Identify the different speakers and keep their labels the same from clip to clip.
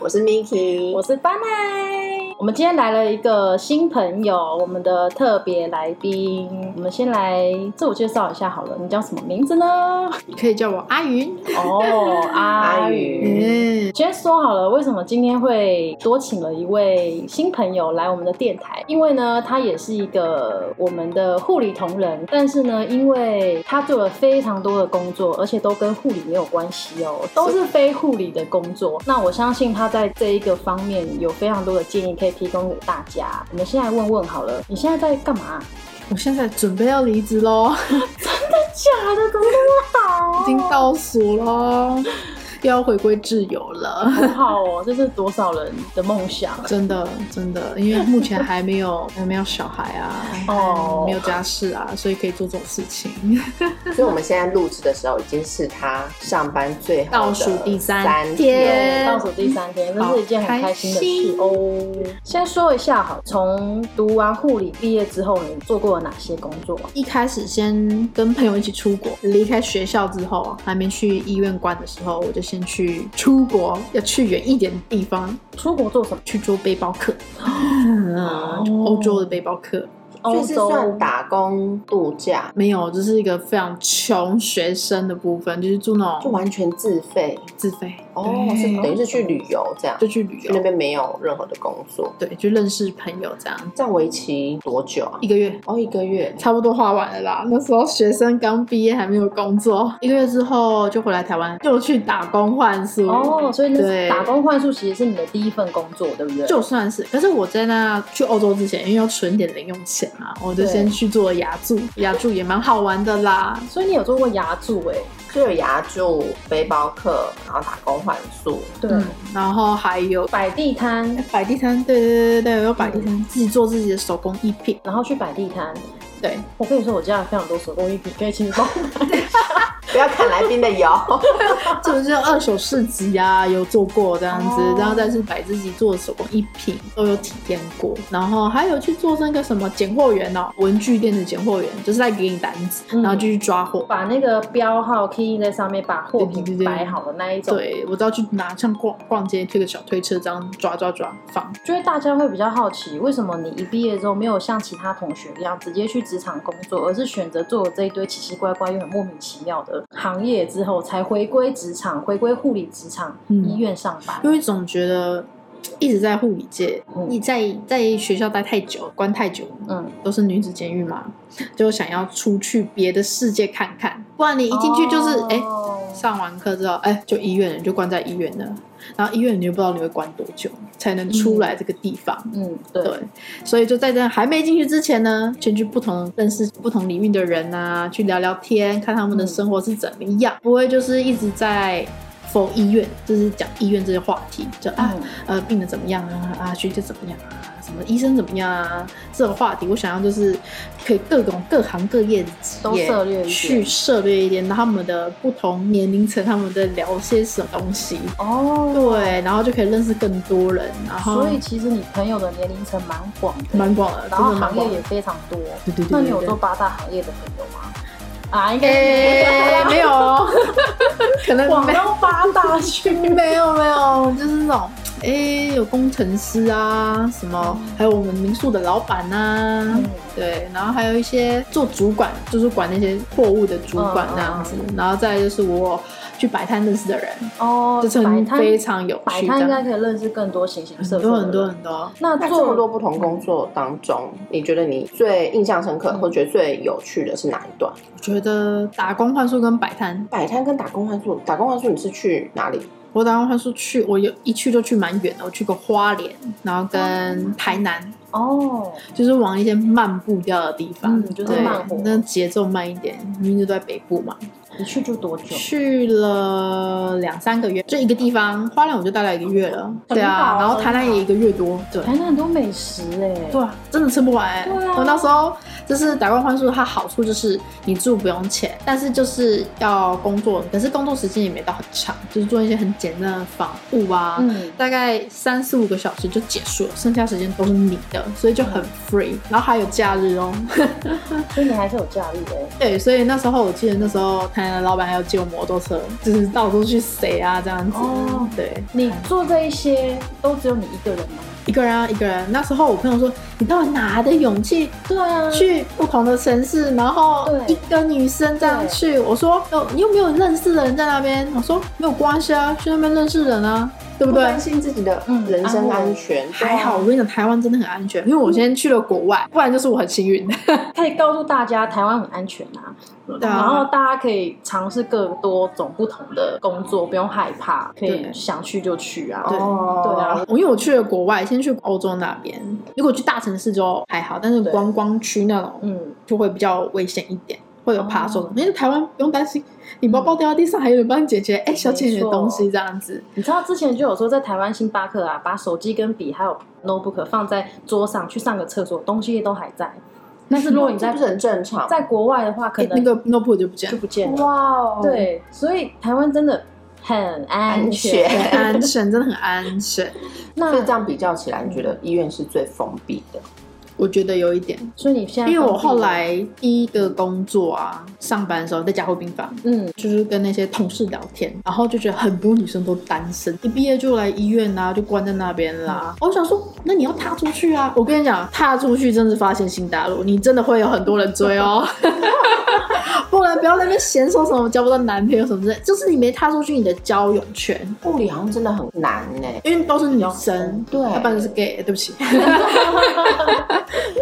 Speaker 1: 我是 Miki，
Speaker 2: 我是班奈。我们今天来了一个新朋友，我们的特别来宾。我们先来自我介绍一下好了，你叫什么名字呢？
Speaker 3: 你可以叫我阿云。
Speaker 2: 哦，阿
Speaker 1: 阿
Speaker 2: 宇
Speaker 1: 宇。
Speaker 3: 嗯，
Speaker 2: 先说好了，为什么今天会多请了一位新朋友来我们的电台？因为呢，他也是一个我们的护理同仁，但是呢，因为他做了非常多的工作，而且都跟护理没有关系哦，都是非护理的工作。那我相信他在这一个方面有非常多的建议可以提供给大家。我们先来问问好了，你现在在干嘛？啊
Speaker 3: 我现在准备要离职喽，
Speaker 2: 假的，怎么那 么好？
Speaker 3: 已经倒数喽，要回归自由了。
Speaker 2: 好好哦，这是多少人的梦想？啊
Speaker 3: 真的，真的，因为目前还没有还没有小孩啊，
Speaker 2: 哦
Speaker 3: 还没有家室啊，所以可以做这种事情。
Speaker 1: 所以我们现在录制的时候已经是他上班最后的
Speaker 3: 倒数第三
Speaker 1: 三
Speaker 3: 天
Speaker 2: 倒数第三天，这
Speaker 3: 好
Speaker 2: 是一件很开心的事哦。先说一下好，从读完护理毕业之后，你做过了哪些工作？
Speaker 3: 一开始先跟朋友一起出国，离开学校之后，还没去医院关的时候，我就先去出国，要去远一点的地方
Speaker 2: 出国做什么？
Speaker 3: 去做背包客，嗯就欧洲的背包客。
Speaker 1: 所
Speaker 2: 欧
Speaker 1: 以是
Speaker 2: 洲
Speaker 1: 算打工度假，
Speaker 3: 没有，这是一个非常穷学生的部分，就是住那
Speaker 1: 就
Speaker 3: 种
Speaker 1: 完全自费
Speaker 3: 自费
Speaker 1: 哦，
Speaker 3: 对
Speaker 1: 是等于是去旅游这样，
Speaker 3: 就
Speaker 1: 去
Speaker 3: 去旅
Speaker 1: 那
Speaker 3: 游，
Speaker 1: 边没有任何的工作。
Speaker 3: 对，就认识朋友这样，
Speaker 1: 这样为期多久啊
Speaker 3: 一？个月
Speaker 1: 哦，一个月。
Speaker 3: 差不多花完了啦。那时候学生刚毕业，还没有工作，一个月之后就回来台湾，就去打工换宿。
Speaker 2: 哦，所以那是
Speaker 3: 对
Speaker 2: 打工换宿其实是你的第一份工作，对不对？
Speaker 3: 就算是，可是我在那去欧洲之前，因为要存点零用钱嘛，我就
Speaker 2: 对
Speaker 3: 先去做牙柱，牙柱也蛮好玩的啦。
Speaker 2: 所以你有做过牙柱哎、
Speaker 1: 就有牙住背包客，然后打工换宿，
Speaker 2: 对，
Speaker 3: 嗯，然后还有
Speaker 2: 摆地摊，
Speaker 3: 摆地摊，对对对对对，有摆地摊，自己做自己的手工艺品，
Speaker 2: 然后去摆地摊。
Speaker 3: 对，
Speaker 2: 我跟你说，我家有非常多手工艺品，可以请你帮我买。
Speaker 1: 不要看来宾的 油。
Speaker 3: 这不是二手市集啊，有做过这样子，
Speaker 2: 哦
Speaker 3: 然后再是摆自己做的手工艺品，都有体验过。然后还有去做那个什么拣货员哦，文具店的拣货员，就是在给你单子，
Speaker 2: 嗯
Speaker 3: 然后就去抓货。
Speaker 2: 把那个标号 key 在上面，把货
Speaker 3: 对对
Speaker 2: 品
Speaker 3: 对对
Speaker 2: 摆好的那一种，
Speaker 3: 对，我都要去拿，像逛逛街推个小推车这样抓抓抓放。
Speaker 2: 就会大家会比较好奇，为什么你一毕业之后没有像其他同学一样直接去职场工作，而是选择做了这一堆奇奇怪怪又很莫名其妙的行业之后，才回归职场，回归护理职场、
Speaker 3: 嗯
Speaker 2: 医院上班？
Speaker 3: 因为总觉得一直在护理界，
Speaker 2: 嗯
Speaker 3: 你在在学校待太久，关太久，
Speaker 2: 嗯，
Speaker 3: 都是女子监狱嘛，就想要出去别的世界看看，不然你一进去就是哎、
Speaker 2: 哦
Speaker 3: 上完课之后，哎、就医院了，你就关在医院了。然后医院你又不知道你会关多久才能出来这个地方。
Speaker 2: 嗯，对，
Speaker 3: 对，所以就在这还没进去之前呢，先去不同认识不同领域的人啊，去聊聊天，看他们的
Speaker 2: 嗯
Speaker 3: 生活是怎么样，不会就是一直在否医院，就是讲医院这些话题，就啊、
Speaker 2: 嗯
Speaker 3: 呃病人怎么样啊啊学姐怎么样啊，什么医生怎么样啊这种话题，我想要就是可以各种各行各业的职
Speaker 2: 都
Speaker 3: 业
Speaker 2: 涉猎一点
Speaker 3: 去涉猎一点，然后他们的不同年龄层他们在聊些什么东西，
Speaker 2: 哦，
Speaker 3: 对，然后就可以认识更多人，然后
Speaker 2: 所以其实你朋友的年龄层蛮广的，
Speaker 3: 蛮广的，
Speaker 2: 然后
Speaker 3: 真的蛮
Speaker 2: 行业
Speaker 3: 广的
Speaker 2: 也非常多。
Speaker 3: 对对对对对
Speaker 2: 那你有做八大行业的朋友吗？啊，应该没
Speaker 3: 诶、
Speaker 2: 有
Speaker 3: 没有哦，可能
Speaker 2: 广
Speaker 3: 没
Speaker 2: 东八大 去。
Speaker 3: 没有没有，就是那种诶、有工程师啊，什么，还有我们民宿的老板啊，
Speaker 2: 嗯
Speaker 3: 对，然后还有一些做主管，就是管那些货物的主管那样
Speaker 2: 嗯
Speaker 3: 子，然后再来就是我去摆摊认识的人，
Speaker 2: 哦，
Speaker 3: 这
Speaker 2: 摆
Speaker 3: 层
Speaker 2: 摊
Speaker 3: 非常有
Speaker 2: 摆
Speaker 3: 趣，
Speaker 2: 摊应
Speaker 3: 这
Speaker 2: 该
Speaker 3: 样
Speaker 2: 可以认识更多形形色色
Speaker 3: 很多
Speaker 2: 的
Speaker 3: 很多
Speaker 2: 人。
Speaker 3: 很多。
Speaker 2: 那
Speaker 1: 那这
Speaker 2: 做
Speaker 1: 么多不同工作当中，你觉得你最印象深刻，或觉得最有趣的是哪一段？
Speaker 3: 我觉得打工换宿跟摆摊，
Speaker 1: 摆摊跟打工换宿，打工换宿你是去哪里？
Speaker 3: 我打工换宿去，我有一去就去蛮远的，我去过花莲，然后跟台南。
Speaker 2: 哦，
Speaker 3: 就是往一些慢步调的地方，
Speaker 2: 嗯就是
Speaker 3: 对
Speaker 2: 慢活
Speaker 3: 那节奏慢一点。明明就在北部嘛，
Speaker 2: 你去住多久？
Speaker 3: 去了两三个月，就一个地方，花莲我就待了一个月了，对
Speaker 2: 很好
Speaker 3: 啊，然后台南也一个月多，对。
Speaker 2: 台南很多美食哎、
Speaker 3: 对啊，真的吃不完、
Speaker 2: 对啊
Speaker 3: 我那时候就是打工换宿，它好处就是你住不用钱，但是就是要工作，可是工作时间也没到很长，就是做一些很简单的访务啊，
Speaker 2: 嗯，
Speaker 3: 大概三四五个小时就结束了，剩下时间都是你的，所以就很 free。然后还有假日哦，
Speaker 2: 所以你还是有假日的。
Speaker 3: 对，所以那时候我记得那时候台南的老板还有借我摩托车，就是到处去塞啊这样子。
Speaker 2: 哦
Speaker 3: 对，
Speaker 2: 你做这一些都只有你一个人吗？
Speaker 3: 一个人啊一个人。那时候我朋友说，你到底哪来的勇气
Speaker 2: 对啊
Speaker 3: 去不同的城市，然后
Speaker 2: 对
Speaker 3: 一个女生这样去。我说，哦，你有没有认识的人在那边？我说没有关系啊，去那边认识人啊，对不
Speaker 1: 不
Speaker 3: 对？
Speaker 1: 担心自己的
Speaker 2: 嗯
Speaker 1: 人身
Speaker 2: 安
Speaker 1: 安
Speaker 2: 危
Speaker 1: 全，
Speaker 3: 还好，我跟你讲，台湾真的很安全，因为我先去了国外，不然就是我很幸运。
Speaker 2: 可以告诉大家台湾很安全啊，
Speaker 3: 对啊
Speaker 2: 然后大家可以尝试更多种不同的工作，不用害怕，可以
Speaker 3: 对
Speaker 2: 想去就去啊。
Speaker 3: 对
Speaker 1: 哦，
Speaker 2: 对啊，
Speaker 3: 因为我去了国外，先去欧洲那边，如果去大城市就还好，但是
Speaker 2: 对
Speaker 3: 观光区那种
Speaker 2: 嗯，
Speaker 3: 就会比较危险一点，会有扒
Speaker 2: 哦
Speaker 3: 手的。因为台湾不用担心，你包包掉到地上，还有人帮你解
Speaker 2: 嗯
Speaker 3: 决，哎、小姐你的东西这样子。
Speaker 2: 你知道之前就有说在台湾星巴克啊，把手机跟笔还有 notebook 放在桌上去上个厕所，东西都还在。但是如果你
Speaker 1: 这
Speaker 2: 在
Speaker 1: 不是很正常？
Speaker 2: 在国外的话，可
Speaker 3: 哎、
Speaker 2: 能
Speaker 3: 那个 notebook 就不见
Speaker 2: 就
Speaker 3: 了，
Speaker 2: 不见了。
Speaker 1: 哇哦，，
Speaker 2: 对，所以台湾真的很安全。
Speaker 1: 安
Speaker 3: 很安全，真的很安全。
Speaker 2: 那
Speaker 1: 所以这样比较起来，你觉得医院是最封闭的？
Speaker 3: 我觉得有一点，
Speaker 2: 所以你现在
Speaker 3: 因为我
Speaker 2: 放弃了
Speaker 3: 后来第一个工作啊，上班的时候在加护病房，
Speaker 2: 嗯
Speaker 3: 就是跟那些同事聊天，然后就觉得很多女生都单身，一毕业就来医院啊啦、就关在那边啦、我想说，那你要踏出去啊！我跟你讲，踏出去真是发现新大陆，你真的会有很多人追哦。 不然不要在那边嫌说什么交不到男朋友什么之类，就是你没踏出去你的交友圈，
Speaker 1: 护理好像真的很难呢、
Speaker 3: 因为都是女生，
Speaker 1: 对
Speaker 3: 要不然就是 gay，对不起。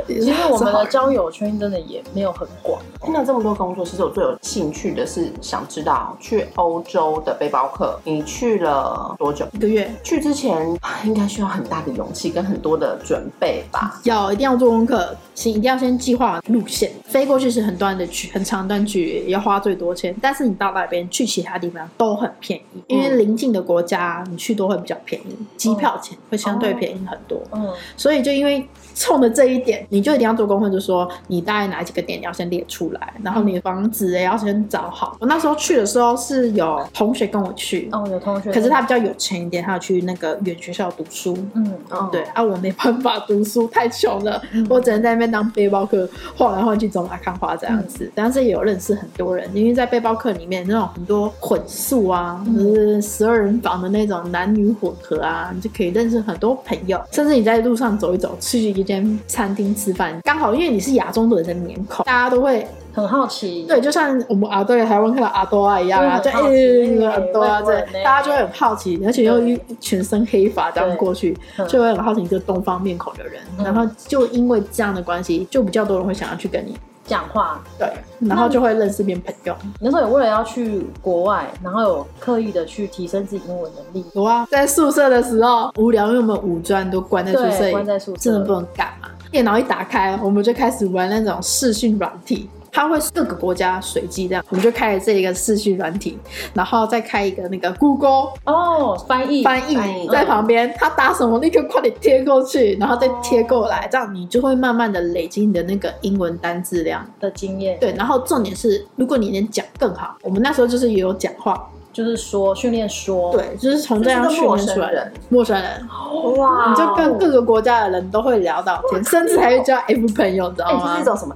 Speaker 2: 其
Speaker 3: 其
Speaker 2: 实我们的交友圈真的也没有很广，
Speaker 1: 听了这么多工作，其实我最有兴趣的是想知道去欧洲的背包客，你去了多久？
Speaker 3: 一个月
Speaker 1: 去之前啊应该需要很大的勇气跟很多的准备吧？
Speaker 3: 要一定要做功课，行，一定要先计划路线。飞过去是很短的距，很长段距离，也要花最多钱。但是你到那边去其他地方都很便宜，因为邻近的国家你去都会比较便宜，机票钱会相对便宜很多。
Speaker 2: 嗯，
Speaker 3: 所以就因为冲着这一点，你就一定要做功课，就说你大概哪几个点你要先列出来，然后你的房子也要先找好。我那时候去的时候是有同学跟我去，
Speaker 2: 哦，有同学，
Speaker 3: 可是他比较有钱一点，他有去那个远学校读书，
Speaker 2: 嗯，
Speaker 1: 嗯，
Speaker 3: 对，啊，我没办法读书，太穷了，我只能在那边当背包客，晃来晃去走马看花这样子。但是也有认识很多人，因为在背包客里面那种很多混宿啊，
Speaker 2: 嗯
Speaker 3: 就是十二人房的那种男女混合啊，你就可以认识很多朋友。甚至你在路上走一走，去一间餐厅吃饭，刚好因为你是亚洲人的面孔，大家都会
Speaker 2: 很好奇，
Speaker 3: 对，就像我们阿多在台湾看到阿多啊一样啊，就
Speaker 2: 对很好
Speaker 3: 哎
Speaker 2: 奇
Speaker 3: 那个阿多啊，
Speaker 2: 外国人
Speaker 3: 对，
Speaker 2: 呢
Speaker 3: 大家就会很好奇，而且又一全身黑发这样过去
Speaker 2: 对嗯，
Speaker 3: 就会很好奇你这个东方面孔的人，
Speaker 2: 嗯
Speaker 3: 然后就因为这样的关系，就比较多人会想要去跟你
Speaker 2: 讲话。
Speaker 3: 对，然后就会认识变朋友。
Speaker 2: 那时候也为了要去国外，然后有刻意的去提升自己英文能力，
Speaker 3: 有啊，在宿舍的时候无聊，因为我们五专都关在宿舍
Speaker 2: 对，
Speaker 3: 里
Speaker 2: 关，在宿舍，
Speaker 3: 真的不能干嘛。电脑一打开，我们就开始玩那种视讯软体，它会各个国家随机这样，我们就开了这一个视讯软体，然后再开一个那个 Google
Speaker 2: 哦，翻译，
Speaker 3: 翻
Speaker 1: 翻
Speaker 3: 译
Speaker 1: 译
Speaker 3: 在旁边，他打什么立刻快点贴过去，然后再贴过来，这样你就会慢慢的累积你的那个英文单字量。
Speaker 2: 的经验，，
Speaker 3: 对，然后重点是，如果你能讲更好，我们那时候就是也有讲话，
Speaker 2: 就是说训练说，，
Speaker 3: 对，就是从这样训练出来的。哦陌生人，
Speaker 1: 哇，
Speaker 3: 你就跟各个国家的人都会聊到天，甚至还会交 F 朋友，知道
Speaker 1: 哎、
Speaker 3: 吗？
Speaker 1: 这是一种什么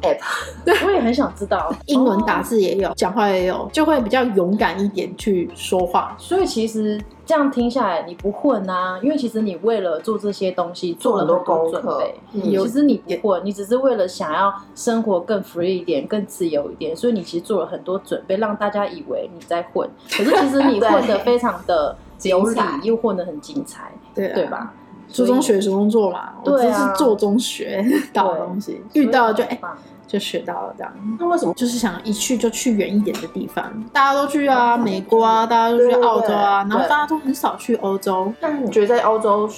Speaker 1: app？
Speaker 2: 我也很想知道
Speaker 3: 英文打
Speaker 2: 哦
Speaker 3: 字也有，讲话也有，就会比较勇敢一点去说话。
Speaker 2: 所以其实这样听下来，你不混啊，因为其实你为了做这些东西做
Speaker 1: 做
Speaker 2: 了
Speaker 1: 很多
Speaker 2: 多
Speaker 1: 功
Speaker 2: 准
Speaker 1: 课
Speaker 2: 备，
Speaker 1: 嗯
Speaker 2: 其实你不混，你只是为了想要生活更 free 一点、更自由一点，所以你其实做了很多准备，让大家以为你在混，可是其实你
Speaker 1: 对
Speaker 2: 混的非常的流
Speaker 1: 精
Speaker 2: 利
Speaker 1: 彩，
Speaker 2: 又混得很精彩，
Speaker 3: 对啊
Speaker 2: 对？吧？
Speaker 3: 初中学初中做嘛，我
Speaker 2: 对
Speaker 3: 只
Speaker 2: 啊
Speaker 3: 是做中学 到的东西，
Speaker 2: 所以
Speaker 3: 遇到就哎、
Speaker 2: 很棒
Speaker 3: 就学到了这样。
Speaker 1: 那为什么
Speaker 3: 就是想一去就去远一点的地方，大家都去啊，美国啊，大家都去澳洲啊，
Speaker 1: 哦对对对
Speaker 3: 然后大家都很少去欧洲。
Speaker 1: 那你觉得在欧洲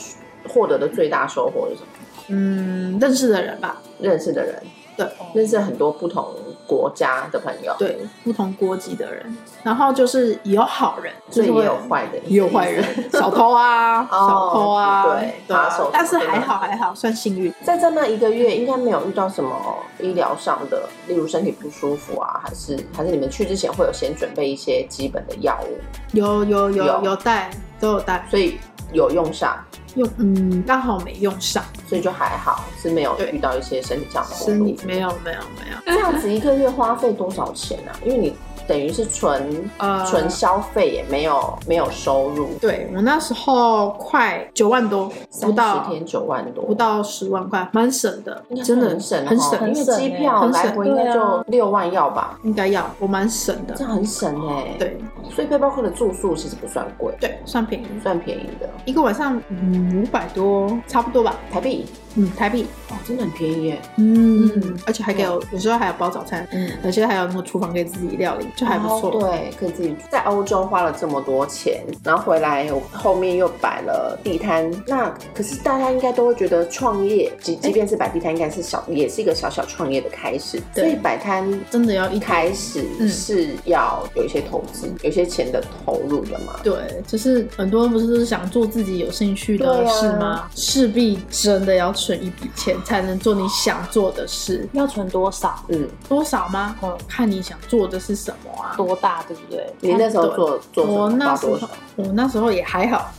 Speaker 1: 获得的最大收获是什么？
Speaker 3: 嗯，认识的人吧，
Speaker 1: 认识的人，
Speaker 3: 对，
Speaker 1: 认识很多不同国家的朋友，
Speaker 3: 对不同国籍的人，然后就是也有好人，
Speaker 1: 所以
Speaker 3: 就是会
Speaker 1: 也有坏的，
Speaker 3: 也有坏人， 小偷啊，
Speaker 1: 哦
Speaker 3: 小偷啊，
Speaker 1: 对扒
Speaker 3: 啊
Speaker 1: 手
Speaker 3: 但是
Speaker 1: 什么的
Speaker 3: 还好还好，算幸运。
Speaker 1: 在这么一个月，应该没有遇到什么医疗上的，例如身体不舒服啊，还是还是你们去之前会有先准备一些基本的药物，
Speaker 3: 有有
Speaker 1: 有
Speaker 3: 有有带，都有带，
Speaker 1: 所以有用上，
Speaker 3: 用嗯刚好没用上，
Speaker 1: 所以就还好，是没有
Speaker 3: 对
Speaker 1: 遇到一些身体上的不
Speaker 3: 身
Speaker 1: 舒
Speaker 3: 体
Speaker 1: 服。
Speaker 3: 没有没有没有，
Speaker 1: 这样子一个月花费多少钱啊？因为你等于是纯
Speaker 3: 呃
Speaker 1: 纯消费，也没有没有收入，
Speaker 3: 对我那时候快九万多，不
Speaker 1: 三十
Speaker 3: 到
Speaker 1: 天九万多，
Speaker 3: 不到十万块，蛮省的
Speaker 1: 应该，是
Speaker 3: 真的
Speaker 1: 很省哦，
Speaker 3: 很
Speaker 1: 因
Speaker 3: 省，
Speaker 1: 为
Speaker 2: 很省
Speaker 1: 机
Speaker 2: 欸
Speaker 1: 票
Speaker 3: 很省
Speaker 1: 来回应该
Speaker 2: 对
Speaker 1: 就
Speaker 2: 啊
Speaker 1: 六万要吧，
Speaker 3: 应该要我蛮省
Speaker 1: 这
Speaker 3: 的，
Speaker 1: 样很省哎。，
Speaker 3: 对
Speaker 1: 所以背包客的住宿其实不算贵，
Speaker 3: 对，算便宜，
Speaker 1: 算便宜的，
Speaker 3: 一个晚上嗯五百多，差不多吧，
Speaker 1: 台币
Speaker 3: 嗯台币，
Speaker 1: 哦，真的很便宜耶。
Speaker 3: 嗯
Speaker 2: 嗯，
Speaker 3: 而且还给我有时候还有包早餐，
Speaker 1: 嗯，哦
Speaker 3: 而且还有那个厨房可以自己料理，就还不错。
Speaker 1: 对，可以自己住在欧洲花了这么多钱，然后回来我后面又摆了地摊。那可是大家应该都会觉得创业，即即便是摆地摊，应该是小，也是一个小小创业的开始。所
Speaker 3: 对
Speaker 1: 以摆摊
Speaker 3: 真的要一
Speaker 1: 一开始
Speaker 3: 嗯
Speaker 1: 是要有一些投资，有一些钱的投入的嘛。
Speaker 3: 对，就是很多人不是都是想做自己有兴趣的
Speaker 1: 对啊
Speaker 3: 事吗？势必真的要存一笔钱才能做你想做的事，
Speaker 2: 要存多少？
Speaker 1: 嗯，
Speaker 3: 多少吗？哦
Speaker 2: 嗯
Speaker 3: 看你想做的是什么啊。
Speaker 2: 多大，对不对？
Speaker 1: 你那时候做做什
Speaker 3: 我
Speaker 1: 么？
Speaker 3: 那
Speaker 1: 花
Speaker 3: 时
Speaker 1: 多
Speaker 3: 候
Speaker 1: 少？，
Speaker 3: 我那时候也还好，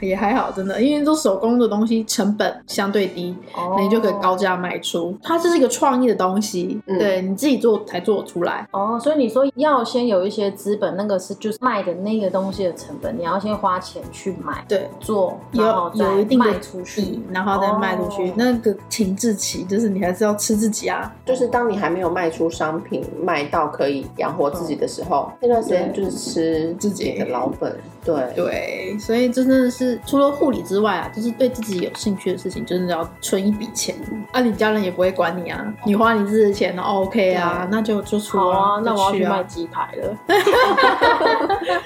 Speaker 3: 也还好，真的，因为做手工的东西成本相对低，
Speaker 1: 哦
Speaker 3: 那你就可以高价卖出。它这是一个创意的东西，
Speaker 1: 嗯
Speaker 3: 对你自己做才做得出来。
Speaker 2: 哦，所以你说要先有一些资本，那个是就是卖的那个东西的成本，你要先花钱去买
Speaker 3: 对，
Speaker 2: 做，
Speaker 3: 有
Speaker 2: 然后再
Speaker 3: 有一定的
Speaker 2: 卖出去。
Speaker 3: 然后再卖出去，
Speaker 2: 哦
Speaker 3: 那个停滞期就是你还是要吃自己啊。
Speaker 1: 就是当你还没有卖出商品，卖到可以养活自己的时候，
Speaker 2: 嗯
Speaker 1: 那段时间就是吃
Speaker 3: 自己
Speaker 1: 的老本。对，
Speaker 3: 对，所以真的是除了护理之外啊，就是对自己有兴趣的事情，真的要存一笔钱。啊，你家人也不会管你啊，你花你自己的钱哦，OK 啊，那就就出
Speaker 2: 好啊，那
Speaker 3: 就
Speaker 2: 我要
Speaker 3: 去
Speaker 2: 去卖
Speaker 3: 啊。
Speaker 2: 鸡排 了。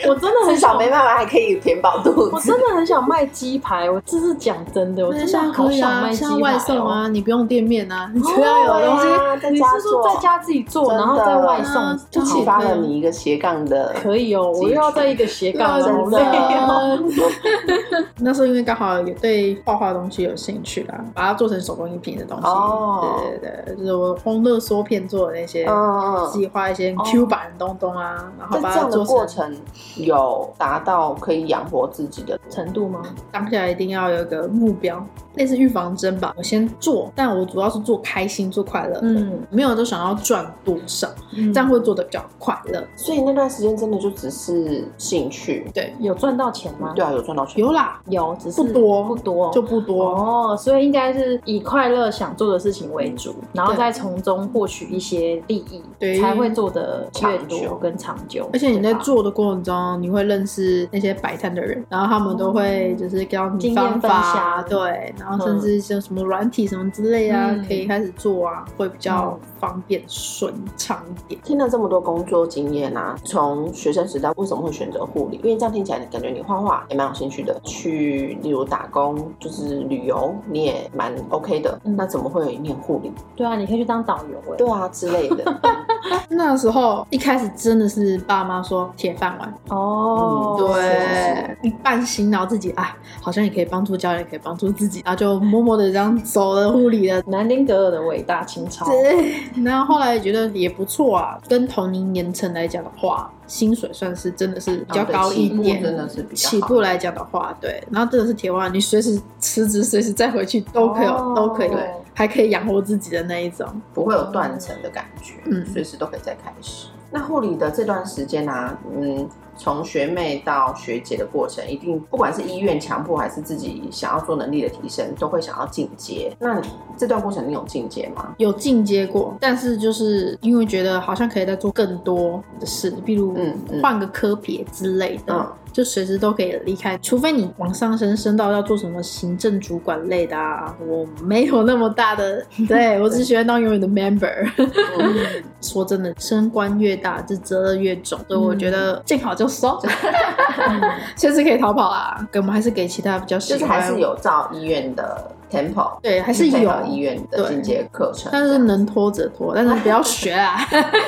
Speaker 2: 我真的很
Speaker 1: 至
Speaker 2: 想
Speaker 1: 少没办法还可以填饱肚
Speaker 2: 我
Speaker 1: 子。
Speaker 2: 真的很想卖鸡排，我这是讲真
Speaker 1: 哦
Speaker 2: 的，我
Speaker 3: 那
Speaker 2: 真
Speaker 3: 现
Speaker 2: 的
Speaker 3: 在
Speaker 2: 好
Speaker 3: 可以
Speaker 2: 想
Speaker 3: 啊，
Speaker 2: 卖鸡
Speaker 3: 现
Speaker 2: 排、
Speaker 3: 在
Speaker 2: 哦。
Speaker 3: 外送啊，你不用店面啊，你 只要
Speaker 2: 哦
Speaker 3: 有东西
Speaker 1: 对啊在
Speaker 2: 你
Speaker 1: 家
Speaker 2: 是说
Speaker 1: 做
Speaker 2: 在家自己做，
Speaker 1: 真的
Speaker 2: 然后在外送
Speaker 3: 啊
Speaker 2: 就
Speaker 1: 就启
Speaker 2: 好？
Speaker 1: 发了你一个斜杠的，
Speaker 2: 可啊以哦，
Speaker 1: 自己
Speaker 2: 我又要在一个斜杠，好
Speaker 1: 真
Speaker 2: 累
Speaker 3: 啊
Speaker 2: 哦。
Speaker 1: 的。
Speaker 3: 那时候因为刚好也对画画的东西有兴趣啦，把它做成手工艺品的东西。
Speaker 1: 哦
Speaker 3: 对对对，就是我烘热缩片做的那些，
Speaker 1: 嗯
Speaker 3: 自己画一些
Speaker 2: 哦
Speaker 3: Q 版的东东啊，然后
Speaker 1: 在
Speaker 3: 把
Speaker 1: 这
Speaker 3: 它
Speaker 1: 样
Speaker 3: 做
Speaker 1: 的
Speaker 3: 成
Speaker 1: 过程有达到可以养活自己的，
Speaker 2: 程度吗？
Speaker 3: 当下一定要有一个目标，类似预防针吧。我先做，但我主要是做开心、做快乐的，
Speaker 2: 嗯，
Speaker 3: 没有都想要赚多少，
Speaker 2: 嗯
Speaker 3: 这样会做的比较快乐。
Speaker 1: 所以那段时间真的就只是兴趣。
Speaker 3: 对，
Speaker 2: 嗯有赚到钱吗？
Speaker 1: 对啊，有赚到钱。
Speaker 3: 有啦，
Speaker 2: 有，只是
Speaker 3: 不多
Speaker 2: 不多
Speaker 3: 就不多。
Speaker 2: 哦，所以应该是以快乐想做的事情为主，然后
Speaker 3: 嗯对
Speaker 2: 再从中获取一些利益，
Speaker 3: 对
Speaker 2: 才会做的越
Speaker 1: 长久
Speaker 2: 多跟长久。
Speaker 3: 而且你在
Speaker 2: 对吧
Speaker 3: 做的过程中，你会认识那些摆摊的人，然后他们都会就是教
Speaker 2: 经验
Speaker 3: 你方
Speaker 2: 分
Speaker 3: 法，
Speaker 2: 享
Speaker 3: 对，然后甚至像什么软体什么之类啊，
Speaker 2: 嗯
Speaker 3: 可以开始做啊，会比较方便顺畅一点。
Speaker 1: 听了这么多工作经验啊，从学生时代为什么会选择护理？因为这样听起来，感觉你画画也蛮有兴趣的，去例如打工，就是旅游，你也蛮 OK 的。
Speaker 2: 嗯
Speaker 1: 那怎么会念护理？
Speaker 2: 对啊，你可以去当导游哎。
Speaker 1: 对啊之 类的。
Speaker 3: 那时候一开始真的是爸妈说铁饭碗，
Speaker 2: 哦，
Speaker 1: 嗯
Speaker 3: 对，一半心，然后自己啊，好像也可以帮助家人，也可以帮助自己，然后就默默的这样走了护理了。
Speaker 2: 南丁格尔的伟大情操，
Speaker 3: 对， 然后后来觉得也不错啊，跟同龄年层来讲的话，薪水算是真的是比较高
Speaker 1: 啊起
Speaker 3: 一
Speaker 1: 步真
Speaker 3: 点。
Speaker 1: 的是比较
Speaker 3: 起步来讲的话，对，然后真的是铁腕，你随时辞职，随时再回去都可以有，
Speaker 2: 哦
Speaker 3: 都可以
Speaker 2: 对，
Speaker 3: 还可以养活自己的那一种。
Speaker 1: 不会有断层的感觉，
Speaker 3: 嗯
Speaker 1: 随时都可以再开始。那护理的这段时间啊，嗯，从学妹到学姐的过程，一定不管是医院强迫还是自己想要做能力的提升，都会想要进阶。那你这段过程你有进阶吗？
Speaker 3: 有进阶过，但是就是因为觉得好像可以再做更多的事，比如
Speaker 1: 嗯嗯
Speaker 3: 换个科别之类的，
Speaker 1: 嗯
Speaker 3: 就随时都可以离开，除非你往上升，升到要做什么行政主管类的啊，我没有那么大 的，对我只喜欢当永远的 member。
Speaker 1: 嗯、
Speaker 3: 说真的，升官越大，这责任越重，所以我觉得见好就收， 随时可以逃跑啊。可我们还是给其他比较喜
Speaker 1: 就
Speaker 3: 欢，
Speaker 1: 是还是有照医院的 Temple，
Speaker 3: 对，还是
Speaker 1: Temple
Speaker 3: 有
Speaker 1: 医院的
Speaker 3: 对
Speaker 1: 进阶课程，
Speaker 3: 但是能拖则拖，但是不要学啊，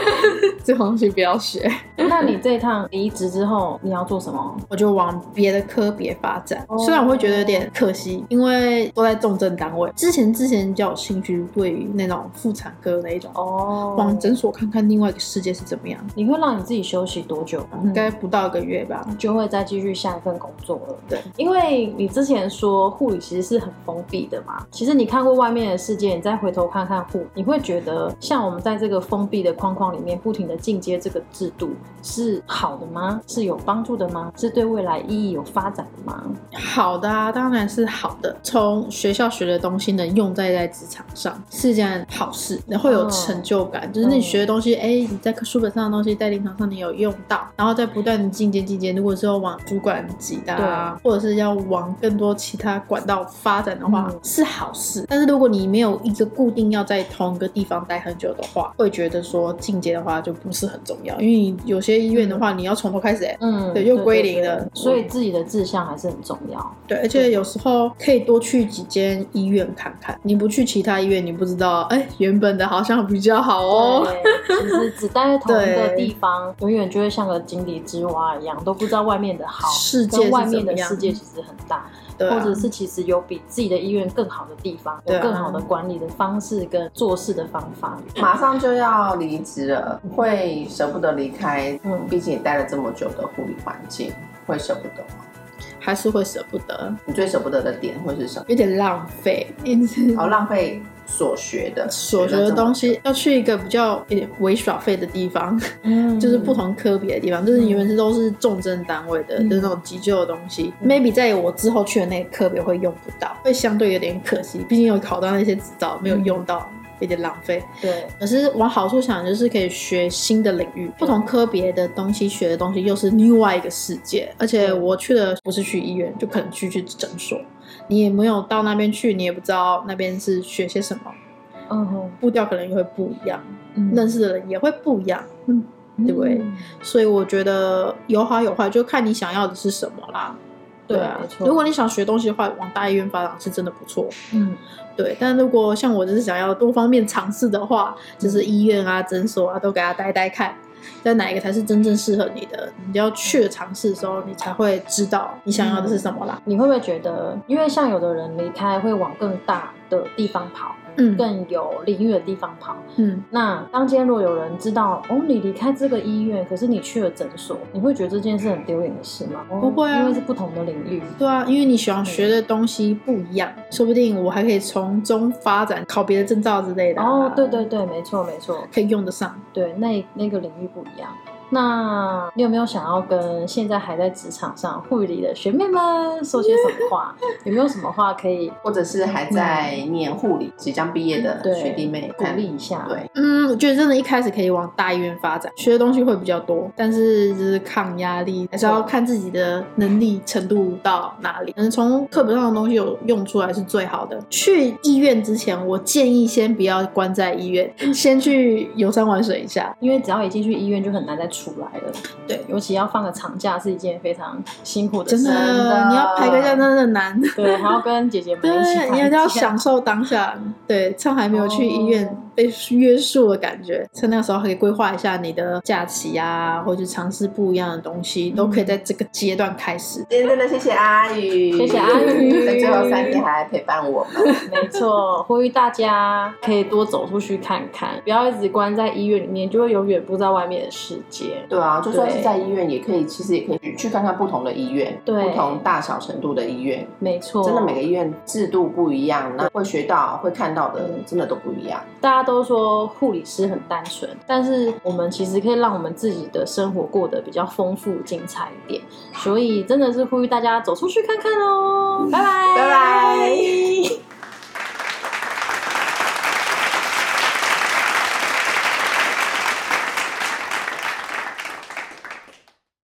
Speaker 3: 这种东西不要学。
Speaker 2: 那你这一趟离职之后，你要做什么？
Speaker 3: 我就往别的科别发展，
Speaker 2: 哦
Speaker 3: 虽然我会觉得有点可惜，因为都在重症单位。之前之前就有兴趣对于那种妇产科那一种，
Speaker 2: 哦
Speaker 3: 往诊所看看另外一个世界是怎么样，
Speaker 2: 你会让你自己休息多久？
Speaker 3: 应该不到一个月吧。
Speaker 2: 就会再继续下一份工作了。
Speaker 3: 对，
Speaker 2: 因为你之前说护理其实是很封闭的嘛，其实你看过外面的世界，你再回头看看护，你会觉得像我们在这个封闭的框框里面不停的进阶这个制度是好的吗？是有帮助的吗？是对未来意义有发展的吗？
Speaker 3: 好的啊，当然是好的。从学校学的东西能用在在职场上是件好事，然后有
Speaker 2: 哦
Speaker 3: 成就感。就是你学的东西，哎、你在书本上的东西，在临床上你有用到，然后再不断的进阶进阶。如果是要往主管级的、啊，或者是要往更多其他管道发展的话，
Speaker 2: 嗯
Speaker 3: 是好事。但是如果你没有一个固定要在同一个地方待很久的话，会觉得说进阶的话就不是很重要，因为你有些医院的话，你要从头开始、哎
Speaker 2: 嗯，
Speaker 3: 对又归零了嗯
Speaker 2: 对对所以自己的志向还是很重要。
Speaker 3: 对，而且有时候可以多去几间医院看看。你不去其他医院，你不知道，哎，原本的好像比较好哦。
Speaker 2: 对，其实只待在同一个
Speaker 3: 对
Speaker 2: 地方，永远就会像个井底之蛙一样，都不知道外面的好，
Speaker 3: 世界
Speaker 2: 跟
Speaker 3: 是
Speaker 2: 外
Speaker 3: 怎
Speaker 2: 面
Speaker 3: 么
Speaker 2: 的
Speaker 3: 样
Speaker 2: 世界其实很大。
Speaker 3: 对啊、
Speaker 2: 或者是其实有比自己的医院更好的地方，
Speaker 3: 对
Speaker 2: 有
Speaker 3: 啊
Speaker 2: 更好的管理的方式跟做事的方法。
Speaker 1: 马上就要离职了，会舍不得离开，
Speaker 2: 嗯
Speaker 1: 毕竟也待了这么久的护理环境，会舍不得吗？
Speaker 3: 还是会舍不得，
Speaker 1: 你最舍不得的点会是什么？
Speaker 3: 有点浪费。 因此
Speaker 1: 好哦浪费所学的
Speaker 3: 所学的东，西要去一个比较有点微耍费的地方，
Speaker 2: 嗯
Speaker 3: 就是不同科别的地方，就是你们是都是重症单位的，
Speaker 2: 嗯
Speaker 3: 就是那种急救的东西。
Speaker 2: 嗯
Speaker 3: Maybe 在我之后去的那个科别会用不到，会相对有点可惜，毕竟有考到那些执照没有
Speaker 2: 嗯
Speaker 3: 用到，有点浪费。
Speaker 2: 对，
Speaker 3: 可是往好处想，就是可以学新的领域，不同科别的东西学的东西又是另外一个世界。而且我去的不是去医院，就可能去去诊所，你也没有到那边去，你也不知道那边是学些什么，
Speaker 2: 嗯哼，
Speaker 3: 步调可能也会不一样，
Speaker 2: 嗯
Speaker 3: 认识的人也会不一样。嗯，对不对？所以我觉得有好有坏，就看你想要的是什么啦。
Speaker 2: 对
Speaker 3: 啊
Speaker 2: 没，错
Speaker 3: 如果你想学东西的话，往大医院发展是真的不错。
Speaker 2: 嗯，
Speaker 3: 对，但如果像我就是想要多方面尝试的话，就是
Speaker 2: 嗯
Speaker 3: 医院啊、诊所啊都给他待待看，但哪一个才是真正适合你的？你要去了尝试的时候，你才会知道你想
Speaker 2: 嗯
Speaker 3: 要的是什么啦。
Speaker 2: 你会不会觉得，因为像有的人离开会往更大的地方跑，
Speaker 3: 嗯，
Speaker 2: 更有领域的地方跑？
Speaker 3: 嗯，
Speaker 2: 那当今天如果有人知道，哦，你离开这个医院，可是你去了诊所，你会觉得这件事很丢脸的事吗？哦
Speaker 3: 不会啊
Speaker 2: 因为是不同的领域。
Speaker 3: 对啊，因为你喜欢学的东西不一样，说不定我还可以从中发展，考别的证照之类的、啊
Speaker 2: 哦，对，对对，没错没错。
Speaker 3: 可以用得上。
Speaker 2: 对，那那个领域不一样。那你有没有想要跟现在还在职场上护理的学妹们说些什么话？有没有什么话可以
Speaker 1: 或者是还在念护理、即将毕业的
Speaker 2: 嗯对
Speaker 1: 学弟妹
Speaker 2: 鼓
Speaker 1: 看
Speaker 2: 励一下？
Speaker 1: 对，
Speaker 3: 嗯，我觉得真的，一开始可以往大医院发展，学的东西会比较多，但是就是抗压力还是要看自己的能力程度到哪里，能从课本上的东西有用出来是最好的。去医院之前，我建议先不要关在医院， 先去游山玩水一下。
Speaker 2: 因为只要一进去医院就很难再出来了。
Speaker 3: 对，
Speaker 2: 尤其要放个长假是一件非常辛苦的
Speaker 3: 真
Speaker 2: 事。
Speaker 3: 的，
Speaker 1: 的
Speaker 3: 你要排个假真的难。
Speaker 2: 对，还要跟姐姐们一起
Speaker 3: 对，
Speaker 2: 看。
Speaker 3: 你一定要享受当下，对，趁还没有去医院
Speaker 2: 哦
Speaker 3: 被约束的感觉，趁那个时候可以规划一下你的假期啊，或者尝试不一样的东西，都可以在这个阶段开始。
Speaker 1: 今天真的谢谢阿宇，
Speaker 2: 谢谢阿宇
Speaker 1: 在最后三天还陪伴我们。
Speaker 2: 没错，呼吁大家可以多走出去看看，不要一直关在医院里面，就会永远不知道外面的世界。
Speaker 1: 对啊，就算
Speaker 2: 对
Speaker 1: 是在医院，也可以，其实也可以去去看看不同的医院，
Speaker 2: 对哦
Speaker 1: 不同大小程度的医院，
Speaker 2: 没错，
Speaker 1: 真的每个医院制度不一样，那会学到、会看到的，真的都不一样。
Speaker 2: 大家都说护理师很单纯，但是我们其实可以让我们自己的生活过得比较丰富、精彩一点。所以真的是呼吁大家走出去看看哦，拜拜，
Speaker 1: 拜拜。